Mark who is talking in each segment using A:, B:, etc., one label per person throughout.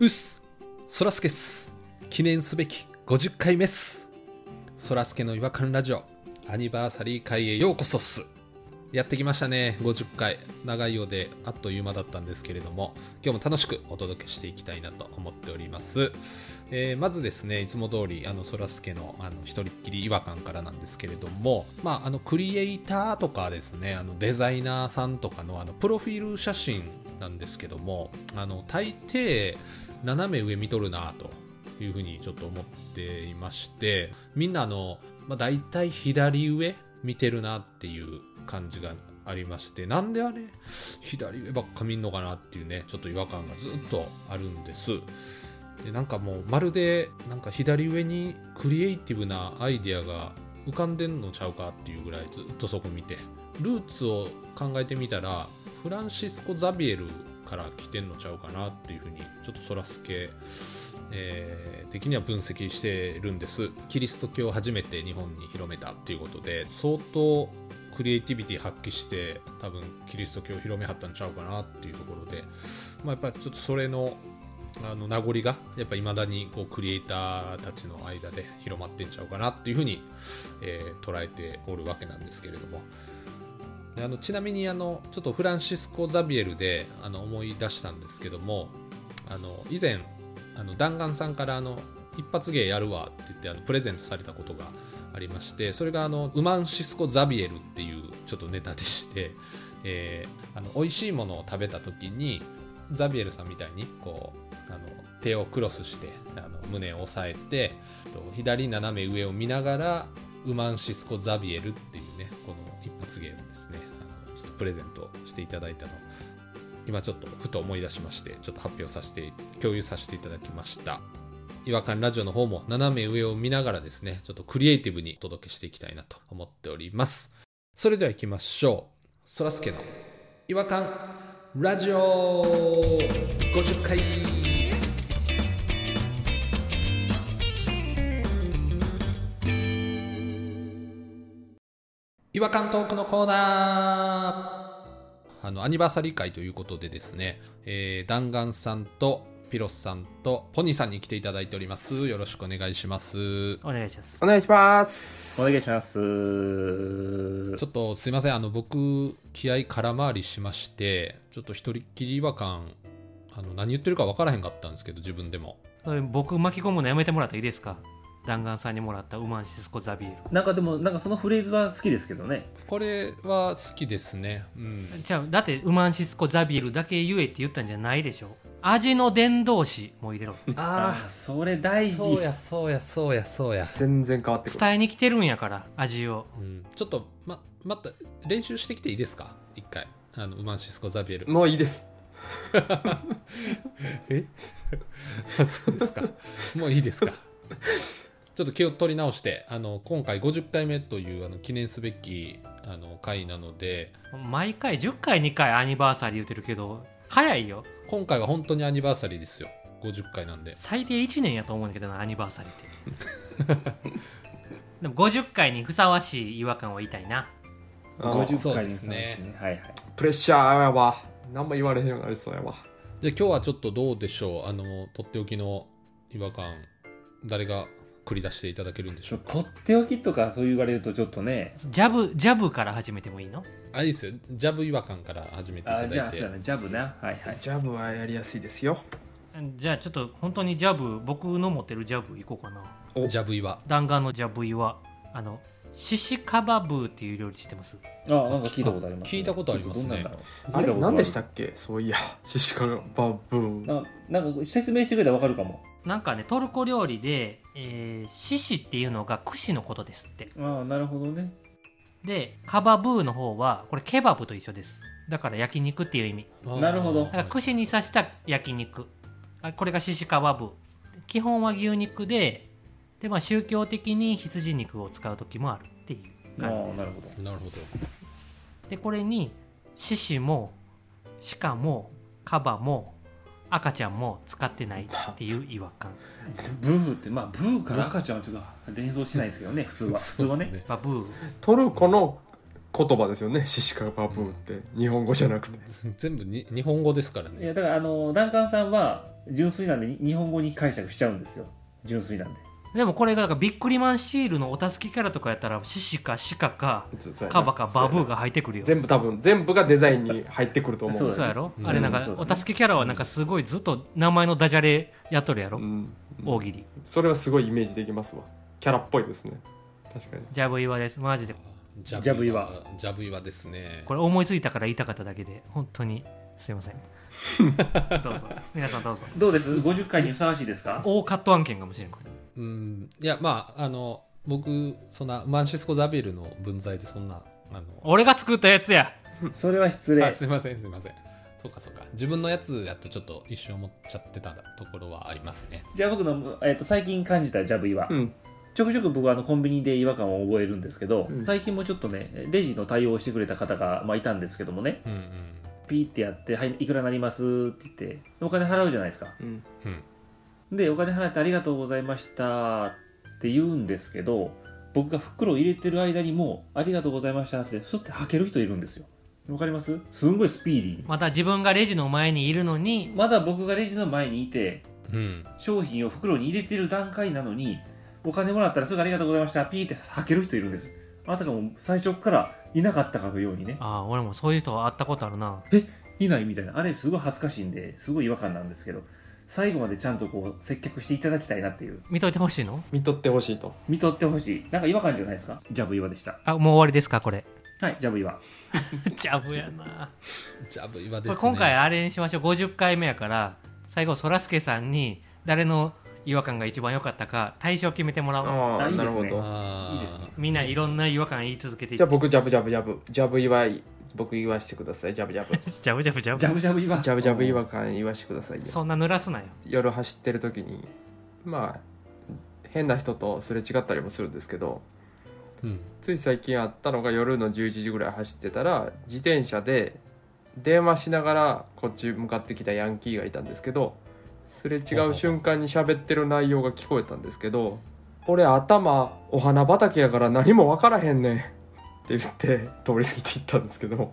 A: うっす、そらすけっす。記念すべき50回目っす。そらすけの違和感ラジオ、アニバーサリー会へようこそっす。やってきましたね、50回。長いようであっという間だったんですけれども、今日も楽しくお届けしていきたいなと思っております。えーまずですね、いつも通り、あの、そらすけの、あの、一人っきり違和感からなんですけれども、まあ、あの、クリエイターとかですね、あの、デザイナーさんとかの、あの、プロフィール写真なんですけども、あの、大抵、斜め上見とるなぁというふうにちょっと思っていまして、みんなあの、まあ、大体左上見てるなっていう感じがありまして、なんであれ左上ばっか見んのかなっていうね、ちょっと違和感がずっとあるんです。でなんかもうまるでなんか左上にクリエイティブなアイデアが浮かんでんのちゃうかっていうぐらいずっとそこ見てルーツを考えてみたらフランシスコ・ザビエルから来てんのちゃうかなっていうふうにちょっとそらすけ、えー的には分析してるんですキリスト教を初めて日本に広めたっていうことで相当クリエイティビティ発揮して多分キリスト教を広めはったんちゃうかなっていうところで、まあ、やっぱりちょっとそれのあの名残がやっぱ未だにこうクリエイターたちの間で広まってんちゃうかなっていうふうに、えー捉えておるわけなんですけれどもであのちなみにあのちょっとフランシスコ・ザビエルであの思い出したんですけどもあの以前あの弾丸さんからあの一発芸やるわって言ってあのプレゼントされたことがありましてそれがあのウマンシスコ・ザビエルっていうちょっとネタでして、 えーあの美味しいものを食べた時にザビエルさんみたいにこうあの手をクロスしてあの胸を押さえてと左斜め上を見ながらウマンシスコ・ザビエルっていうねこの一発芸をですねあのちょっとプレゼントしていただいたのを今ちょっとふと思い出しましてちょっと発表させて共有させていただきました違和感ラジオの方も斜め上を見ながらですねちょっとクリエイティブにお届けしていきたいなと思っておりますそれでは行きましょうそらすけの違和感ラジオ50回違和感トークのコーナーあのアニバーサリー会ということでですね、えー、弾丸さんとピロスさんとポニーさんに来ていただいておりますよろしくお願いします
B: お願いします。
C: お願いします。
D: お願いします。は
A: ちょっとすいません、あの僕、気合空回りしまして、ちょっと一人っきり違和感、あの何言ってるか分からへんかったんですけど、自分でも。
B: 僕巻き込むのやめてもらっていいですか弾丸さんにもらったウマンシスコザビエル。
D: なんかでも、なんかそのフレーズは好きですけどね。
A: これは好きですね。うん。
B: じゃあ、だってウマンシスコザビエルだけ言えって言ったんじゃないでしょ味の伝道師も入れろ。
D: ああ、それ大事。
A: そうや、そうや、そうや、そうや。
C: 全然変わってくる。
B: 伝えに来てるんやから、味を。
A: うん、ちょっと、ま、また練習してきていいですか一回。あの、ウマンシスコ・ザビエル。
C: もういいです。
A: え そうですか。もういいですか。ちょっと気を取り直して、あの、今回50回目という、あの、記念すべき、あの、回なので、
B: 毎回10回2回アニバーサリー言ってるけど、早いよ。
A: 今回は本当にアニバーサリーですよ50回なんで
B: 最低1年やと思うんだけどな、アニバーサリーって。 でも50回にふさわしい違和感を言いたいな。
C: あの
A: そ
D: 50
A: う
D: 回
A: で
D: に
A: す
D: す
A: ね
D: ね。はいはい。
C: プレッシャーやわ。何も言われへんようになりそうやわ。
A: じゃあ今日はちょっとどうでしょうあのとっておきの違和感誰が繰り出していただけるんでし
D: ち
A: ょ
D: ょ
A: うか
D: とっておきとかそう言われるとちょっとね。
B: ジャブ、ジャブから始めてもいいの
A: あいいですよジャブ違和感から始めてい
D: あ
A: た
D: あ、じ
A: だ
D: ゃ
A: い
D: あ、そう
A: て
D: やな、ジャブな。はいはい。
C: ジャブはやりやすいですよ。
B: じゃあちょっと本当にジャブ、僕の持ってるジャブいこうかな。
C: お
A: ジャブ岩
B: 弾丸のジャブイはあのシシカバブーっていう料理知ってます
D: ああ、なんか聞いたことあります、
A: 聞いたことありますね
D: どんなんだろう
C: あれ、何でしたたっけそういや、シシカバブーン。
D: あなんか説明してくれたらわかるかも。
B: なんかねトルコ料理で、えーシシっていうのが串のことですって
D: ああ、なるほどね。
B: でカバブーの方はこれケバブと一緒ですだから焼肉っていう意味
D: なるほど
B: だから串に刺した焼肉あこれがシシカバブー基本は牛肉でで、まあ、宗教的に羊肉を使う時もあるっていう
D: ああ、な
B: 感じで
D: る
B: す
D: ほど。
A: なるほど
B: でこれに獅子も鹿もカバも赤ちゃんも使ってないっていう違和感、
D: ブーって、まあ、ブ ーから赤ちゃんはちょっと連想しないですけどね、普通は。普通はね。
B: まあ、ブー
C: トルコの言葉ですよね。シシカバブーって、日本語じゃなくて。
A: 全部に日本語ですから
D: いや
A: ね
D: だからあのダンカンさんは純粋なんでに日本語に解釈しちゃうんですよ純粋なんで
B: でもこれがだからビックリマンシールのお助けキャラとかやったらシシかシカか
C: そうそうやな
B: カバかバブーが入ってくるよ
C: 全部多分、全部がデザインに入ってくると思う。
D: そうだ
B: そうやろ、
A: うん
B: あれなんか
D: そうだね
B: お助けキャラはなんかすごいずっと名前のダジャレやっとるやろ、
C: うん。
B: 大喜利
C: それはすごいイメージできますわ。キャラっぽいですね。確かに。
B: ジャブ岩ですマジで
A: ジ
D: ジャブイ
A: は
D: ワ
A: ジャブイワですね
B: これ思いついたから言いたかっただけで本当にすいません どうぞ皆さんどうぞ
D: どうです50回にふさわしいですか
B: 大カット案件かもしれんこれ
A: うんいやまああの僕そんなマンシスコ・ザビエルの文在でそんなあの
B: 俺が作ったやつや
D: それは失
A: あ
D: 礼
A: すいませんすいませんそうかそうか自分のやつやとちょっと一瞬思っちゃってたところはありますね
D: じゃあ僕の、えっと最近感じたジャブイは、
C: うん。
D: ちょくちょく僕はあのコンビニで違和感を覚えるんですけど、
C: うん
D: 最近もちょっとねレジの対応をしてくれた方が、まあ、いたんですけどもね
A: うんうん
D: ピーってやって「はいいくらなります」って言ってお金払うじゃないですか
C: うん。
D: でお金払ってありがとうございましたって言うんですけど僕が袋を入れてる間にもうありがとうございましたってスッて履ける人いるんですよわかりますすんごいスピーディーに
B: また自分がレジの前にいるのに
D: まだ僕がレジの前にいて
A: うん
D: 商品を袋に入れてる段階なのにお金もらったらすぐありがとうございましたピーって履ける人いるんですあたかも最初からいなかったかのようにね
B: ああ俺もそういう人は会ったことあるない
D: ないみたいなあれすごい恥ずかしいんですごい違和感なんですけど最後までちゃんとこう接客していただきたいなっていう
B: 見といてほしいの
C: 見とってほしいと。
D: 見とってほしいなんか違和感じゃないですかジャブ岩でした
B: あもう終わりですかこれ
D: はいジャブ岩
B: ジャブやな
A: ジャブイワ
B: こ
A: で
B: れ
A: すね
B: 今回あれにしましょう50回目やから最後そらすけさんに誰の違和感が一番良かったか対象決めてもらおう
C: あ
D: あいいですね
A: あー
D: いいですね
B: みんないろんな違和感言い続けていっ
C: じゃあ僕、ジャブジャブジャブ。ジャブ祝い、僕言わしてください。ジャブジャブ。
B: ジャブジャブジャブ
D: ジャブジャブ岩
C: ジャブジャブ違和感言わしてくださいよ。
B: そんな濡らすなよ
C: 夜走ってる時に、まあ、変な人とすれ違ったりもするんですけど、
A: うん
C: つい最近あったのが夜の11時ぐらい走ってたら自転車で電話しながらこっち向かってきたヤンキーがいたんですけどすれ違う瞬間に喋ってる内容が聞こえたんですけど「俺頭お花畑やから何も分からへんねん」って言って通り過ぎていったんですけど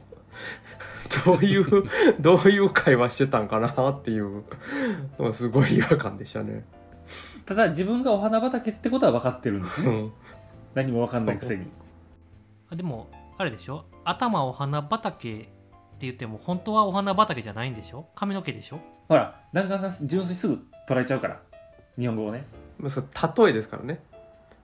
C: どういうどういう会話してたんかなっていうのがすごい違和感でしたね。
D: ただ自分がお花畑ってことは分かってるん です
C: う
D: ね
C: ん
D: 何も分かんないくせに
B: あでもあれでしょ頭お花畑って言っても本当はお花畑じゃないんでしょ髪の毛でしょ
D: ほら弾丸さん純粋すぐ捉えちゃうから日本語をね
C: まあ、それ例えですからね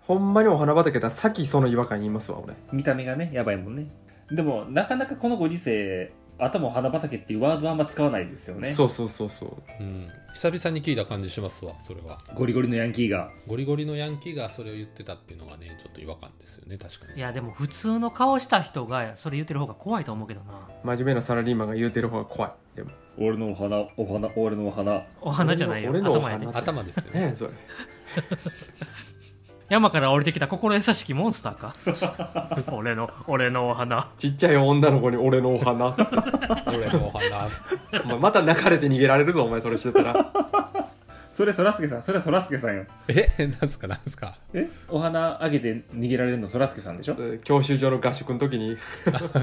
C: ほんまにお花畑ださっきその違和感言いますわ俺
D: 見た目がねやばいもんねでもなかなかこのご時世頭お花畑っていうワードはあんま使わないですよね
C: そうそうそうそう
A: うん、久々に聞いた感じしますわそれは
D: ゴリゴリのヤンキーが
A: ゴリゴリのヤンキーがそれを言ってたっていうのがねちょっと違和感ですよね確か
B: い
A: に
B: やでも普通の顔した人がそれ言ってる方が怖いと思うけどな
C: 真面目なサラリーマンが言うてる方が怖いでも
D: 俺のお花お花俺のお花
B: お花じゃないよ
C: 俺の俺の
B: 頭や
C: お花
B: で
A: 頭ですよね
C: ねえそれ
B: 山から降りてきた心優しきモンスターか 俺の俺のお花
C: ちっちゃい女の子に俺のお花っつって
A: 俺のお花
C: お前また泣かれて逃げられるぞお前それしてたら
D: それそらすけさんそれはそらすけさんよ
A: え なんすかなんすか
D: えお花あげて逃げられるのそらすけさんでしょ
C: それ教習所の合宿の時に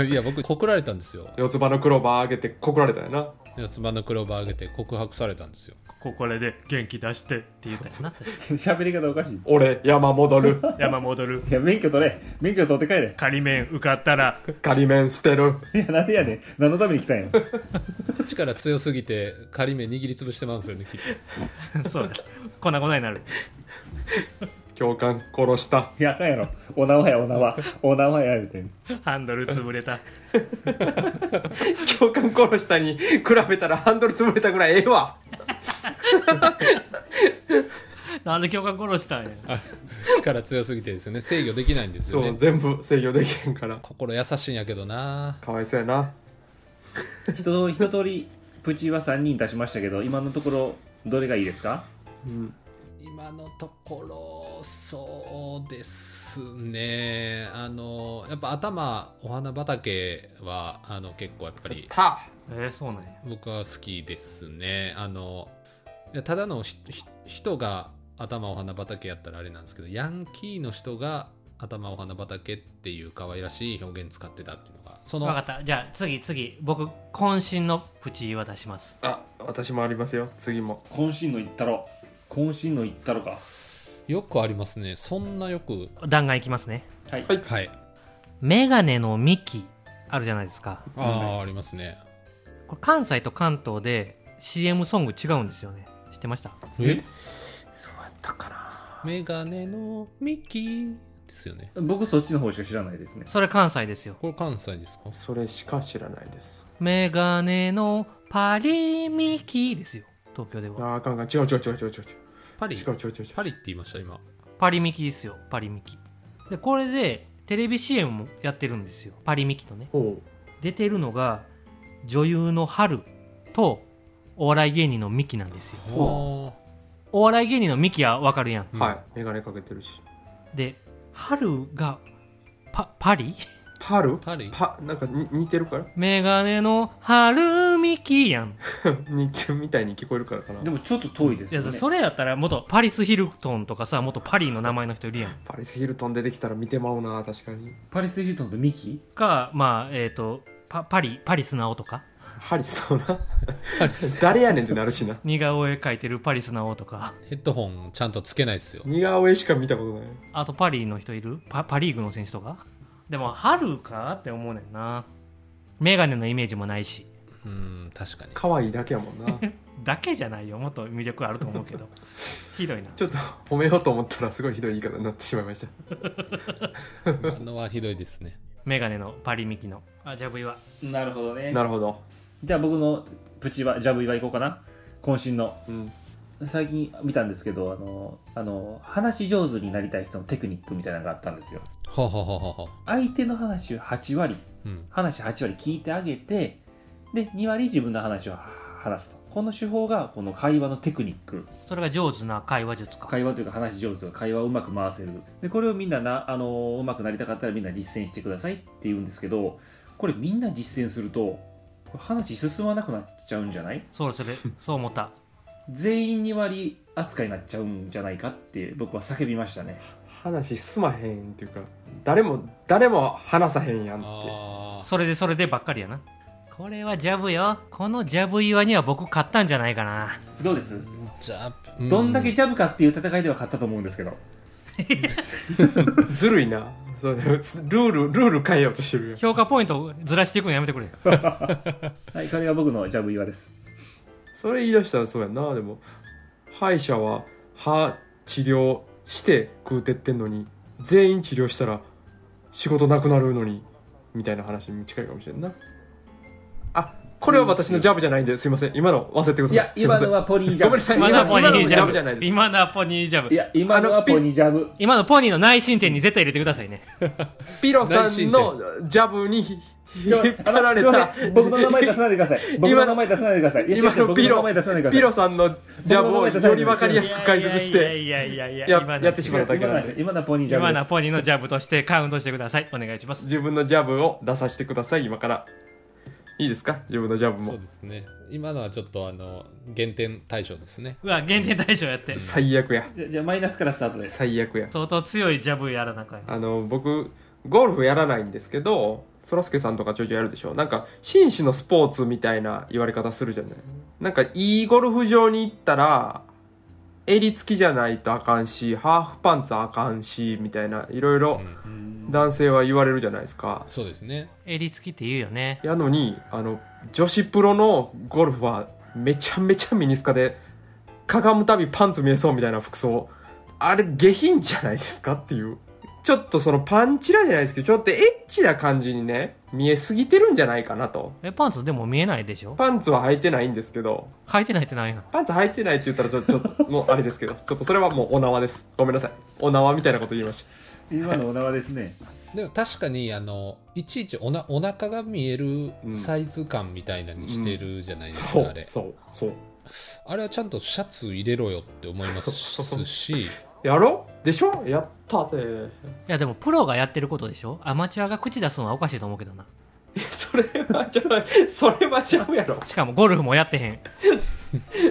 A: いや僕告られたんですよ
C: 四つ葉のクローバーあげて告られたよな
A: 四つ葉のクローバーあげて告白されたんですよ
B: ここれで元気出してって言ったよな確か
D: 喋り方おかしいい
C: 俺山戻る
B: 山戻る
D: や免許取れ免許取って帰れ
B: 仮面受かったら
C: 仮面捨てる
D: いやなんでやねん何のために来たんや
A: 力強すぎて仮目握りつぶしてまうんですよねきっ
B: そうだ粉々になる
C: 教官殺した
D: いやあかんやろお縄やお縄お縄やみたいな
B: ハンドル潰れた
C: 教官殺したに比べたらハンドル潰れたぐらいええわ
B: なんで教官殺したんや
A: と力強すぎてですよね制御できないんです
C: そ
A: よ
C: う
A: ね
C: 全部制御できへんから
A: 心優しいんやけどな
C: かわいそうやな
D: 一通り一通りプチは3人出しましたけど今のところどれがいいですか
C: うん
A: 今のところそうですねあのやっぱ頭お花畑はあの結構やっぱり
C: た
B: えー、そうなんや
A: 僕は好きですねあのいやただのひひ人が頭お花畑やったらあれなんですけどヤンキーの人が頭お花畑っていう可愛らしい表現使ってたっていうのがそ
B: 分か
A: の
B: ったじゃあ次次僕渾身のプチは出します
C: あ私もありますよ次も
D: 渾身のいったろ渾身のいったろか
A: よくありますねそんなよく
B: 弾丸いきますね
D: はい、
C: はい
A: はい
B: メガネの幹あるじゃないですか
A: ああありますね
B: これ関西と関東で CM ソング違うんですよね知ってました
A: え
C: そうやったかな
A: メガネのミキですよね
D: 僕そっちの方しか知らないですね
B: それ関西ですよ
A: これ関西ですか
C: それしか知らないです
B: メガネのパリミキですよ東京で
C: あ
B: は
C: ーあかんあかん違う違う違う違う違う
A: パリ
C: 違う違う違う違う
A: パリって言いました今
B: パリミキですよパリミキでこれでテレビ CM もやってるんですよパリミキとね
C: ほ
B: 出てるのが女優の春とお笑い芸人のミキなんですよ
A: は
B: お笑い芸人のミキはわかるやん
C: う、
A: うん
C: はい眼鏡かけてるし
B: で春がパパリ
C: パル
A: パリ
C: パなんかに似てるから
B: メガネの春ミキやん
C: 似てるみたいに聞こえるからかな
D: でもちょっと遠いで
B: い
D: す
B: や
D: よね
B: それやったら元パリス・ヒルトンとかさ元パリの名前の人いるやん
C: パリス・ヒルトン出てきたら見てまうな確かに
D: パリス・ヒルトンとミキ
B: かまあえっ、とパパリパリス・ナオとか
C: ハリスだな誰やねんってなるしな
B: 似顔絵描いてるパリス・ナオとか
A: ヘッドホンちゃんとつけないですよ
C: 似顔絵しか見たことない
B: あとパリの人いるパパリーグの選手とかでも春かって思うねんなメガネのイメージもないし
A: うん確 かに
C: 可愛いだけやもん な
B: だけじゃないよもっと魅力あると思うけ どひどいな
C: ちょっと褒めようと思ったらすごいひどい言い方になってしまいました
A: あのはひどいですね
B: メガネのパリミキのあジャブイは
D: なるほどね
C: なるほど、
D: じゃあ僕のプチはジャブ岩いこうかな渾身の
C: うん、
D: 最近見たんですけどあのあの話し上手になりたい人のテクニックみたいなのがあったんですよ
A: ははははは
D: 相手の話を8割
A: うん
D: 話8割聞いてあげてで2割自分の話を話すとこの手法がこの会話のテクニック
B: それが上手な会話術か
D: 会話というか話し上手というか会話をうまく回せるでこれをみんななあのうまくなりたかったらみんな実践してくださいって言うんですけどこれみんな実践するとこれ話進まなくなっちゃうんじゃない
B: そうそれ そう思った
D: 全員2割扱いになっちゃうんじゃないかって僕は叫びましたね
C: 話進まへんっていうか誰も誰も話さへんやんって
A: ああ
B: それでそれでばっかりやなこれはジャブよこのジャブ岩には僕勝ったんじゃないかな
D: どうです
A: じゃあ
D: どんだけジャブかっていう戦いでは勝ったと思うんですけど
C: ずるいなそうルールルール変えようとしてるやん
B: 評価ポイントをずらしていくのやめてくれ
D: はいこれが僕のジャブ岩です
C: それ言い出したらそうやんなでも歯医者は歯治療して食うてってんのに全員治療したら仕事なくなるのにみたいな話に近いかもしれんなあこれは私のジャブじゃないんですいません今の忘れてくださ
D: い
C: い
D: や
C: すいま
D: 今
C: せん
D: のはポニージャ
C: ごめん
D: ブ
C: なさい
B: 今
C: 今
B: のポ
C: の
B: ニー
C: 今の
B: ジ
C: ジ
B: ャ
C: ャ
B: ブ
C: ブじゃないです
B: 今のはポニージャ
D: い
B: ブ
D: や今の
C: あ
D: は
C: のピ
D: ポニージャブ
B: 今のポニーの内申点に絶対入れてくださいね
C: ピロさんのジャブにひ引っ張られ
D: あの
C: た
D: すいません僕の名前出さないでください僕の名前出さないでくださいいや違う違う
C: 今の
D: 僕の
C: ピ
D: 名
C: ロ
D: 前出さないでください
C: ピロさんのジャブをより分かりやすく解説し
B: いや
C: て
B: いやいやいやい
C: や
B: 今の
C: やってしまうだけ
D: 今の
C: なん
D: 話
C: で
D: 今のはポニージャ
B: 今
D: ブ
B: のは
D: です
B: ポニーのジャブとしてカウントしてくださいお願いします
C: 自分のジャブを出させてください今からいいですか自分のジャブ
A: そ
C: も
A: うですね今のはちょっとあの減点対象ですね
B: うわ限定対象やって
C: 最悪や
D: じゃじゃあマイナスからスタートです
C: 最悪や
B: 相当強いジャブやらなあかんよ
C: あの僕ゴルフやらないんですけどそらすけさんとかちょいちょいやるでしょなんか紳士のスポーツみたいな言われ方するじゃないなんかいいゴルフ場に行ったら襟付きじゃないとあかんしハーフパンツあかんしみたいないろいろ男性は言われるじゃないですか
A: そうですね
B: 襟付きって言うよね
C: やのにあの女子プロのゴルフはめちゃめちゃミニスカでかがむたびパンツ見えそうみたいな服装あれ下品じゃないですかっていうちょっとそのパンチラじゃないですけどちょっとエッチな感じにね見えすぎてるんじゃないかなと
B: えパンツでも見えないでしょ
C: パンツは履いてないんですけど
B: 履いてないってないな
C: パンツ履いてないって言ったらちょちょっともうあれですけどちょっとそれはもうお縄ですごめんなさいお縄みたいなこと言いました
D: 今のお縄ですね
A: でも確かにあのいちいちおなお腹が見える
C: うん
A: サイズ感みたいなにしてるじゃないですか、
C: そう
A: あれ
C: そうそう
A: あれはちゃんとシャツ入れろよって思います し
C: やろでしょやった ーて
B: いやでもプロがやってることでしょアマチュアが口出すのはおかしいと思うけどな
C: それはちゃうそれはちゃうやろ
B: しかもゴルフもやってへん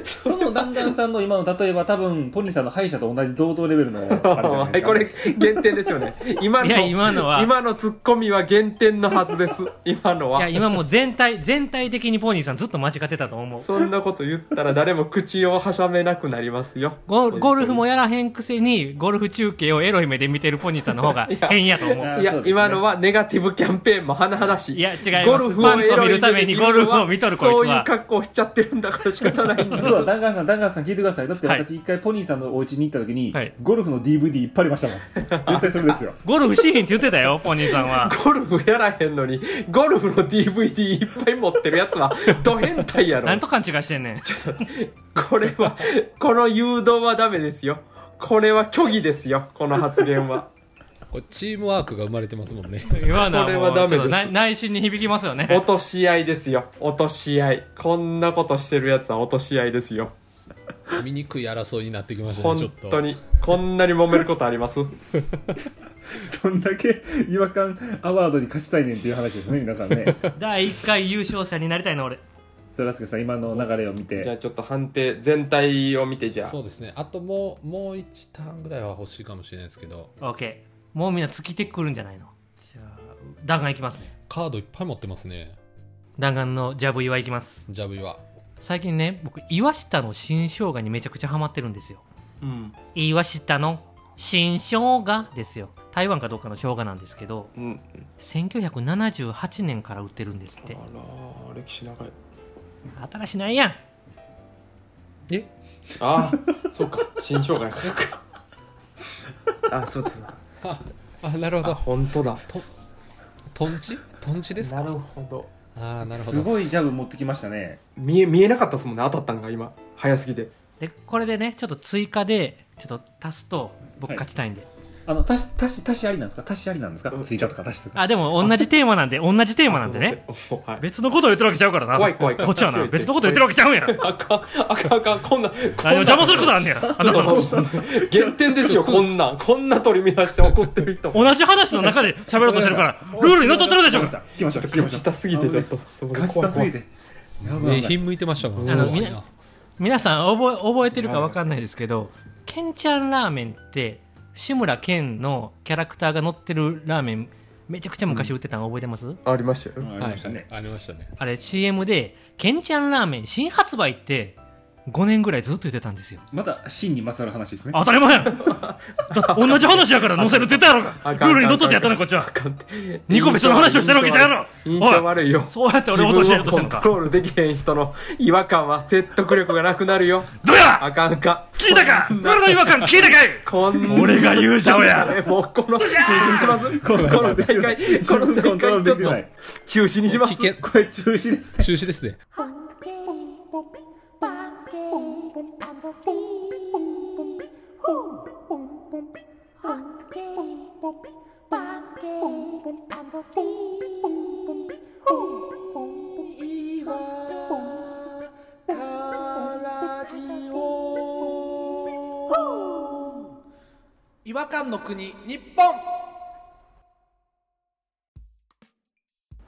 D: その弾丸さんの今の例えば多分ポニーさんの歯医者と同じ同等レベルのあれじ ゃない
C: は
D: です
C: い
D: か
C: これ減点です よね今
B: いや
C: の
B: 今のは
C: 今のツッコミは減点のはずです今 の
B: いや
C: は
B: 今もう全体全体的にポニーさんずっと間違ってたと思う
C: そんなこと言ったら誰も口をはしゃめなくなりますよ
B: ゴゴルフもやらへんくせにゴルフ中継をエロい目で見てるポニーさんの方が変やと思う
D: や
C: いや、
D: そうですね
C: 今のはネガティブキャンペーンも甚だしい。
B: いや違います
C: ゴルフをエロい目
B: パン
C: で
B: ツを見るためにゴルフを見とるこいつは
C: そういう格好をしちゃってるんだから仕方な いんで
D: そう
C: す。
D: ダンガンさん、ダンガンさん聞いてください。だって
B: はい
D: 私一回ポニーさんのお家に行った時に、
B: はい
D: ゴルフの DVD いっぱいありま したもん。絶対それですよ。
B: ゴルフしへんって言ってたよポニーさん は
C: ゴルフやらへんのに、ゴルフの DVD いっぱい持ってるやつは、ド変態やろ
B: なん。と勘違いしてんねん
C: これは、この誘導はダメですよ。これは虚偽ですよ、この発言は。
A: これチームワークが生まれてますもんね。
B: 今のは
C: これ
B: も
C: は
B: う
C: ダメ
B: ち
C: です
B: ょっと内内心に響きますよね
C: 落とし合いですよ、落とし合い。こんなことしてるやつは落とし合いですよ。
A: 醜い争いになってきましたね、ちょ
C: 本
A: っと。
C: 当に。こんなに揉めることあります
D: どんだけ違和感アワードに勝ちたいねんっていう話ですね、皆さんね。
B: 第1回優勝者になりたいな俺
D: そらすけさん、今の流れを見
C: じゃ
D: て。
C: あちょっと判定、全体を見てじゃあ。
A: そうですね。あともう、もう1ターンぐらいは欲しいかもしれないですけど、
B: OK もうみんな尽きてくるんじゃないのじゃあ弾丸いきますね
A: カードいっぱい持ってますね、
B: 弾丸のジャブ岩いきます
A: ジャブイは。
B: 最近ね僕岩下の新生姜にめちゃくちゃハマってるんですよ
C: うん。
B: 岩下の新生姜ですよ台湾かどっかの生姜なんですけど
C: うん。
B: 1978年から売ってるんですって
C: あら歴史長い
B: 新しないやん
A: え
C: ああそうか新生姜やからあそうですか
A: あ、あ、なるほど。
C: 本当だ
A: トンチトンチです
C: な
A: か
C: るほど
A: ああ、なるほ
D: す
A: ど。
D: ごいジャブ持ってきましたね。
C: 見え見えなかったですもんね当たったんが今早すぎて
B: でこれでねちょっと追加でちょっと足すと僕勝ちたいんで、
D: あの、足し、足し、足しありなんですか足しありなんですか
C: うん
D: 追加とか足しとか。
B: あでも同じテーマなんで同じテーマなんでね
C: すい ませんおはい
B: 別のことを言ってるわけちゃうからな
C: 怖い怖い
B: こっちは
C: 強
B: ない別のことを言ってるわけちゃうんや
C: あかんあかんあかんこんなこん
B: あ
C: な
B: でも邪魔することあんねやあなたの
C: ちょっと減点です よこんなんこんな取り乱して怒って る人ちょっ
B: 同じ話の中で喋ろうとしてる からルールにのっとってるでしょう
D: 聞きました、
C: と
D: 聞きま
C: 勝
D: し
C: ち
D: た。
C: たすぎてちょっとそれ
D: 勝ちたすぎ
C: 怖い
D: て。やば
A: 名
D: いやばい。
A: 品向いてましたから
B: あの
A: 怖い
B: みんな皆さん覚え覚えてるか分かんないですけどケンちゃんラーメンって志村けんのキャラクターが乗ってるラーメンめちゃくちゃ昔売ってたの覚えてます、
C: 怖いありましたよ
D: うんありましたね。
A: はい、ありましたね。
B: あれ CM でケンちゃんラーメン新発売って5年ぐらいずっと言ってたん ですよ
D: また、真にまつわる話ですね。
B: 当たり前やんだって同じ話やから載せるって言ったやろ
C: あか
B: か
C: ん
B: ルールにのっとってやったのこっちは二
C: 2
B: 個別の話をしてるわけじゃやろ
C: 印象悪いよ
B: そうやって
C: 自
B: 俺落
C: 分を
B: としようとしてんの
C: コ
B: か
C: ントロールできへん人の違和感は説得力がなくなるよ。
B: どうや
C: あかんあかん。
B: 聞いたか俺の違和感聞いたかい
C: こんな
B: 俺が勇者をや
C: えもうこの、中止にしますこの大会、この
D: コ
C: 大
D: ントロー
C: 会
D: ル
C: ちょ
D: でき
C: っ
D: な
C: と
D: い。
C: 中止にしま
A: 危
C: す。
A: 険、
D: これ中止 ですね。
A: 中止ですね。
E: Hunky,
F: 違和感の国日本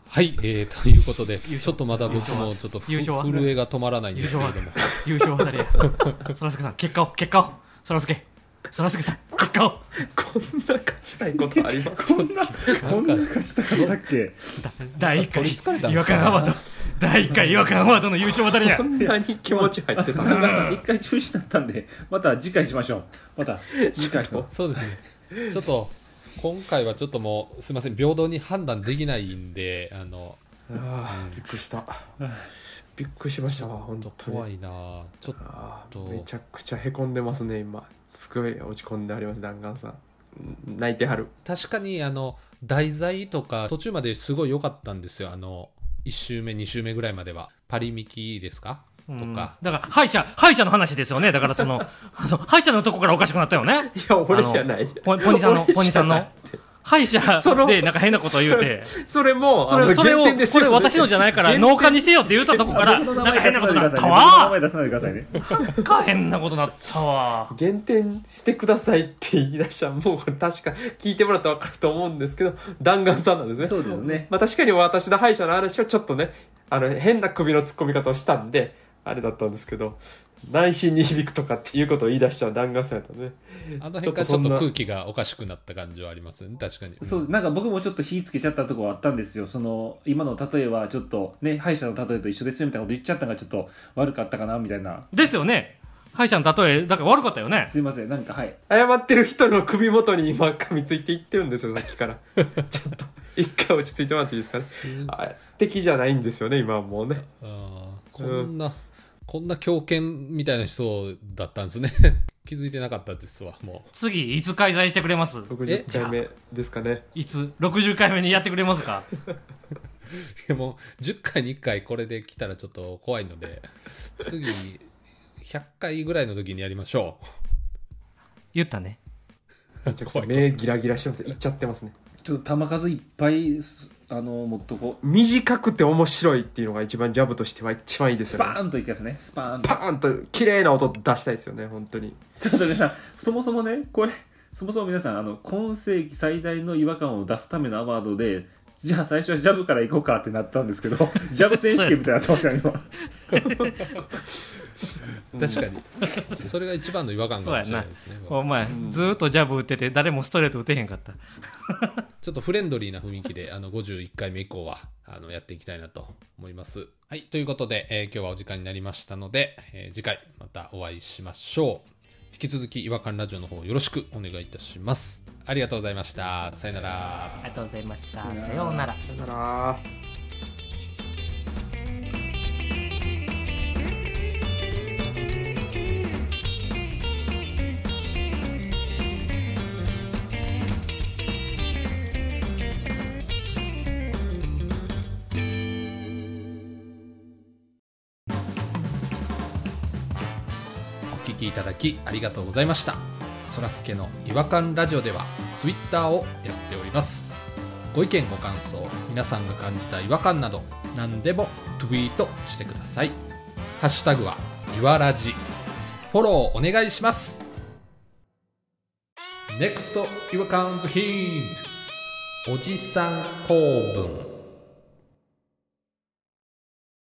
A: はい、えー、ということで、
B: 優勝
A: ちょっとまだ僕もちょっとふ
B: 優勝は
A: 震えが止まらないん
B: 優
A: です
B: 勝
A: け
B: は
A: れども、
B: 優勝は誰やそらすけさん結果を結果をそらすけそらすけさん結果を
C: こんな勝ちたいことあります
D: こんな、こんな勝ちたかったっけ
B: だ第1
A: 取りつかれたん
B: 回違
A: ですか
B: 和感アワード第1回違和感アワードの優勝は誰や
C: こんなに気持ち入ってた
D: 皆さん 一回中止だったんで、また次回しましょう。また次回の。
A: そうですね、ちょっと今回はちょっともう、すみません、平等に判断できないんで、あの、
C: あーびっくりした。 びっくりしましたわ、本当
A: 怖
C: に。
A: いなぁちょっと、
C: あーめちゃくちゃへこんでますね、今。すごい落ち込んであります、弾丸さん。うん泣いてはる。
A: 確かにあの、題材とか、途中まですごい良かったんですよ、あの、1周目、2周目ぐらいまでは。パリミキですかと
B: うんだ
A: か
B: か。ら歯医者歯医者の話ですよねだから そのあの歯医者のとこからおかしくなったよね
C: いや、俺じゃない。
B: ポニポニさんの
C: 俺じゃない
B: ポニさんの歯医者
C: その
B: でなんか変なことを言うて
C: それも、
B: そ
C: あの
B: れそれを
C: 原点です
B: こ
C: よ
B: れ私のじゃないから農家にしてよって言ったとこからなんか変なことになったわ
D: 僕の名前出さないでくださいね。僕の名前出さないでくださいね。
B: なんか変なことなったわ
C: 減点してくださいって言い出したらもうこれ確か聞いてもらったら分かると思うんですけど弾丸さんなんですね
D: そうですね。
C: まあ確かに私の歯医者の話はちょっとねあの変な首の突っ込み方をしたんであれだったんですけど内心に響くとかっていうことを言い出した弾丸さんやったね
A: あの辺からちょっと空気がおかしくなった感じはありますね確かに
D: そうなんか僕もちょっと火つけちゃったとこはあったんですよその今の例えはちょっとね歯医者の例えと一緒ですよみたいなこと言っちゃったのがちょっと悪かったかなみたいな
B: ですよね歯医者の例えだから悪かったよね
D: すいませんなんかはい
C: 謝ってる人の首元に今噛みついていってるんですよさっきから ちょっと一回落ち着いてもらっていいですかねあ敵じゃないんですよね今はもうね
A: あーこんな、こんな狂犬みたいな人だったんですね 気づいてなかったですわも
B: 次いつ開催してくれます
A: え
C: 60回目ですかね
B: いつ60回目にやってくれますか
A: うでも10回に1回これで来たらちょっと怖いので次100回ぐらいの時にやりましょ
B: 言ったね
A: う怖い
C: 目ギラギラしてますいっちゃってますね
D: ちょっと球数いっぱいあの持っとこう
C: 短くて面白いっていうのが一番ジャブとしては一番いいです
D: ス
C: よ
D: パ
C: ね
D: ーンといくやつねスパーンと
C: パーンと綺麗な音出したいですよね本当に
D: ちょっと皆さんそもそもねこれそもそも皆さんあの今世紀最大の違和感を出すためのアワードでじゃあ最初はジャブから行こうかってなったんですけどジャブ選手権みたいになってますよ今
A: 確かにそれが一番の違和感かもしれないですね
B: お前ずーっとジャブ打ってて誰もストレート打てへんかった
A: ちょっとフレンドリーな雰囲気で、 あの、51回目以降は、あの、やっていきたいなと思います。はい。ということで、えー今日はお時間になりましたので、えー次回またお会いしましょう。引き続き、違和感ラジオの方よろしくお願いいたします。ありがとうございました。さよなら。
B: ありがとうございましたさようなら
C: さよなら
A: お聞きいただきありがとうございましたそらすけの違和感ラジオではツイッターをやっておりますご意見ご感想皆さんが感じた違和感など何でもツイートしてくださいハッシュタグはいわらじフォローお願いします NEXT 違和感ズヒントおじさん構文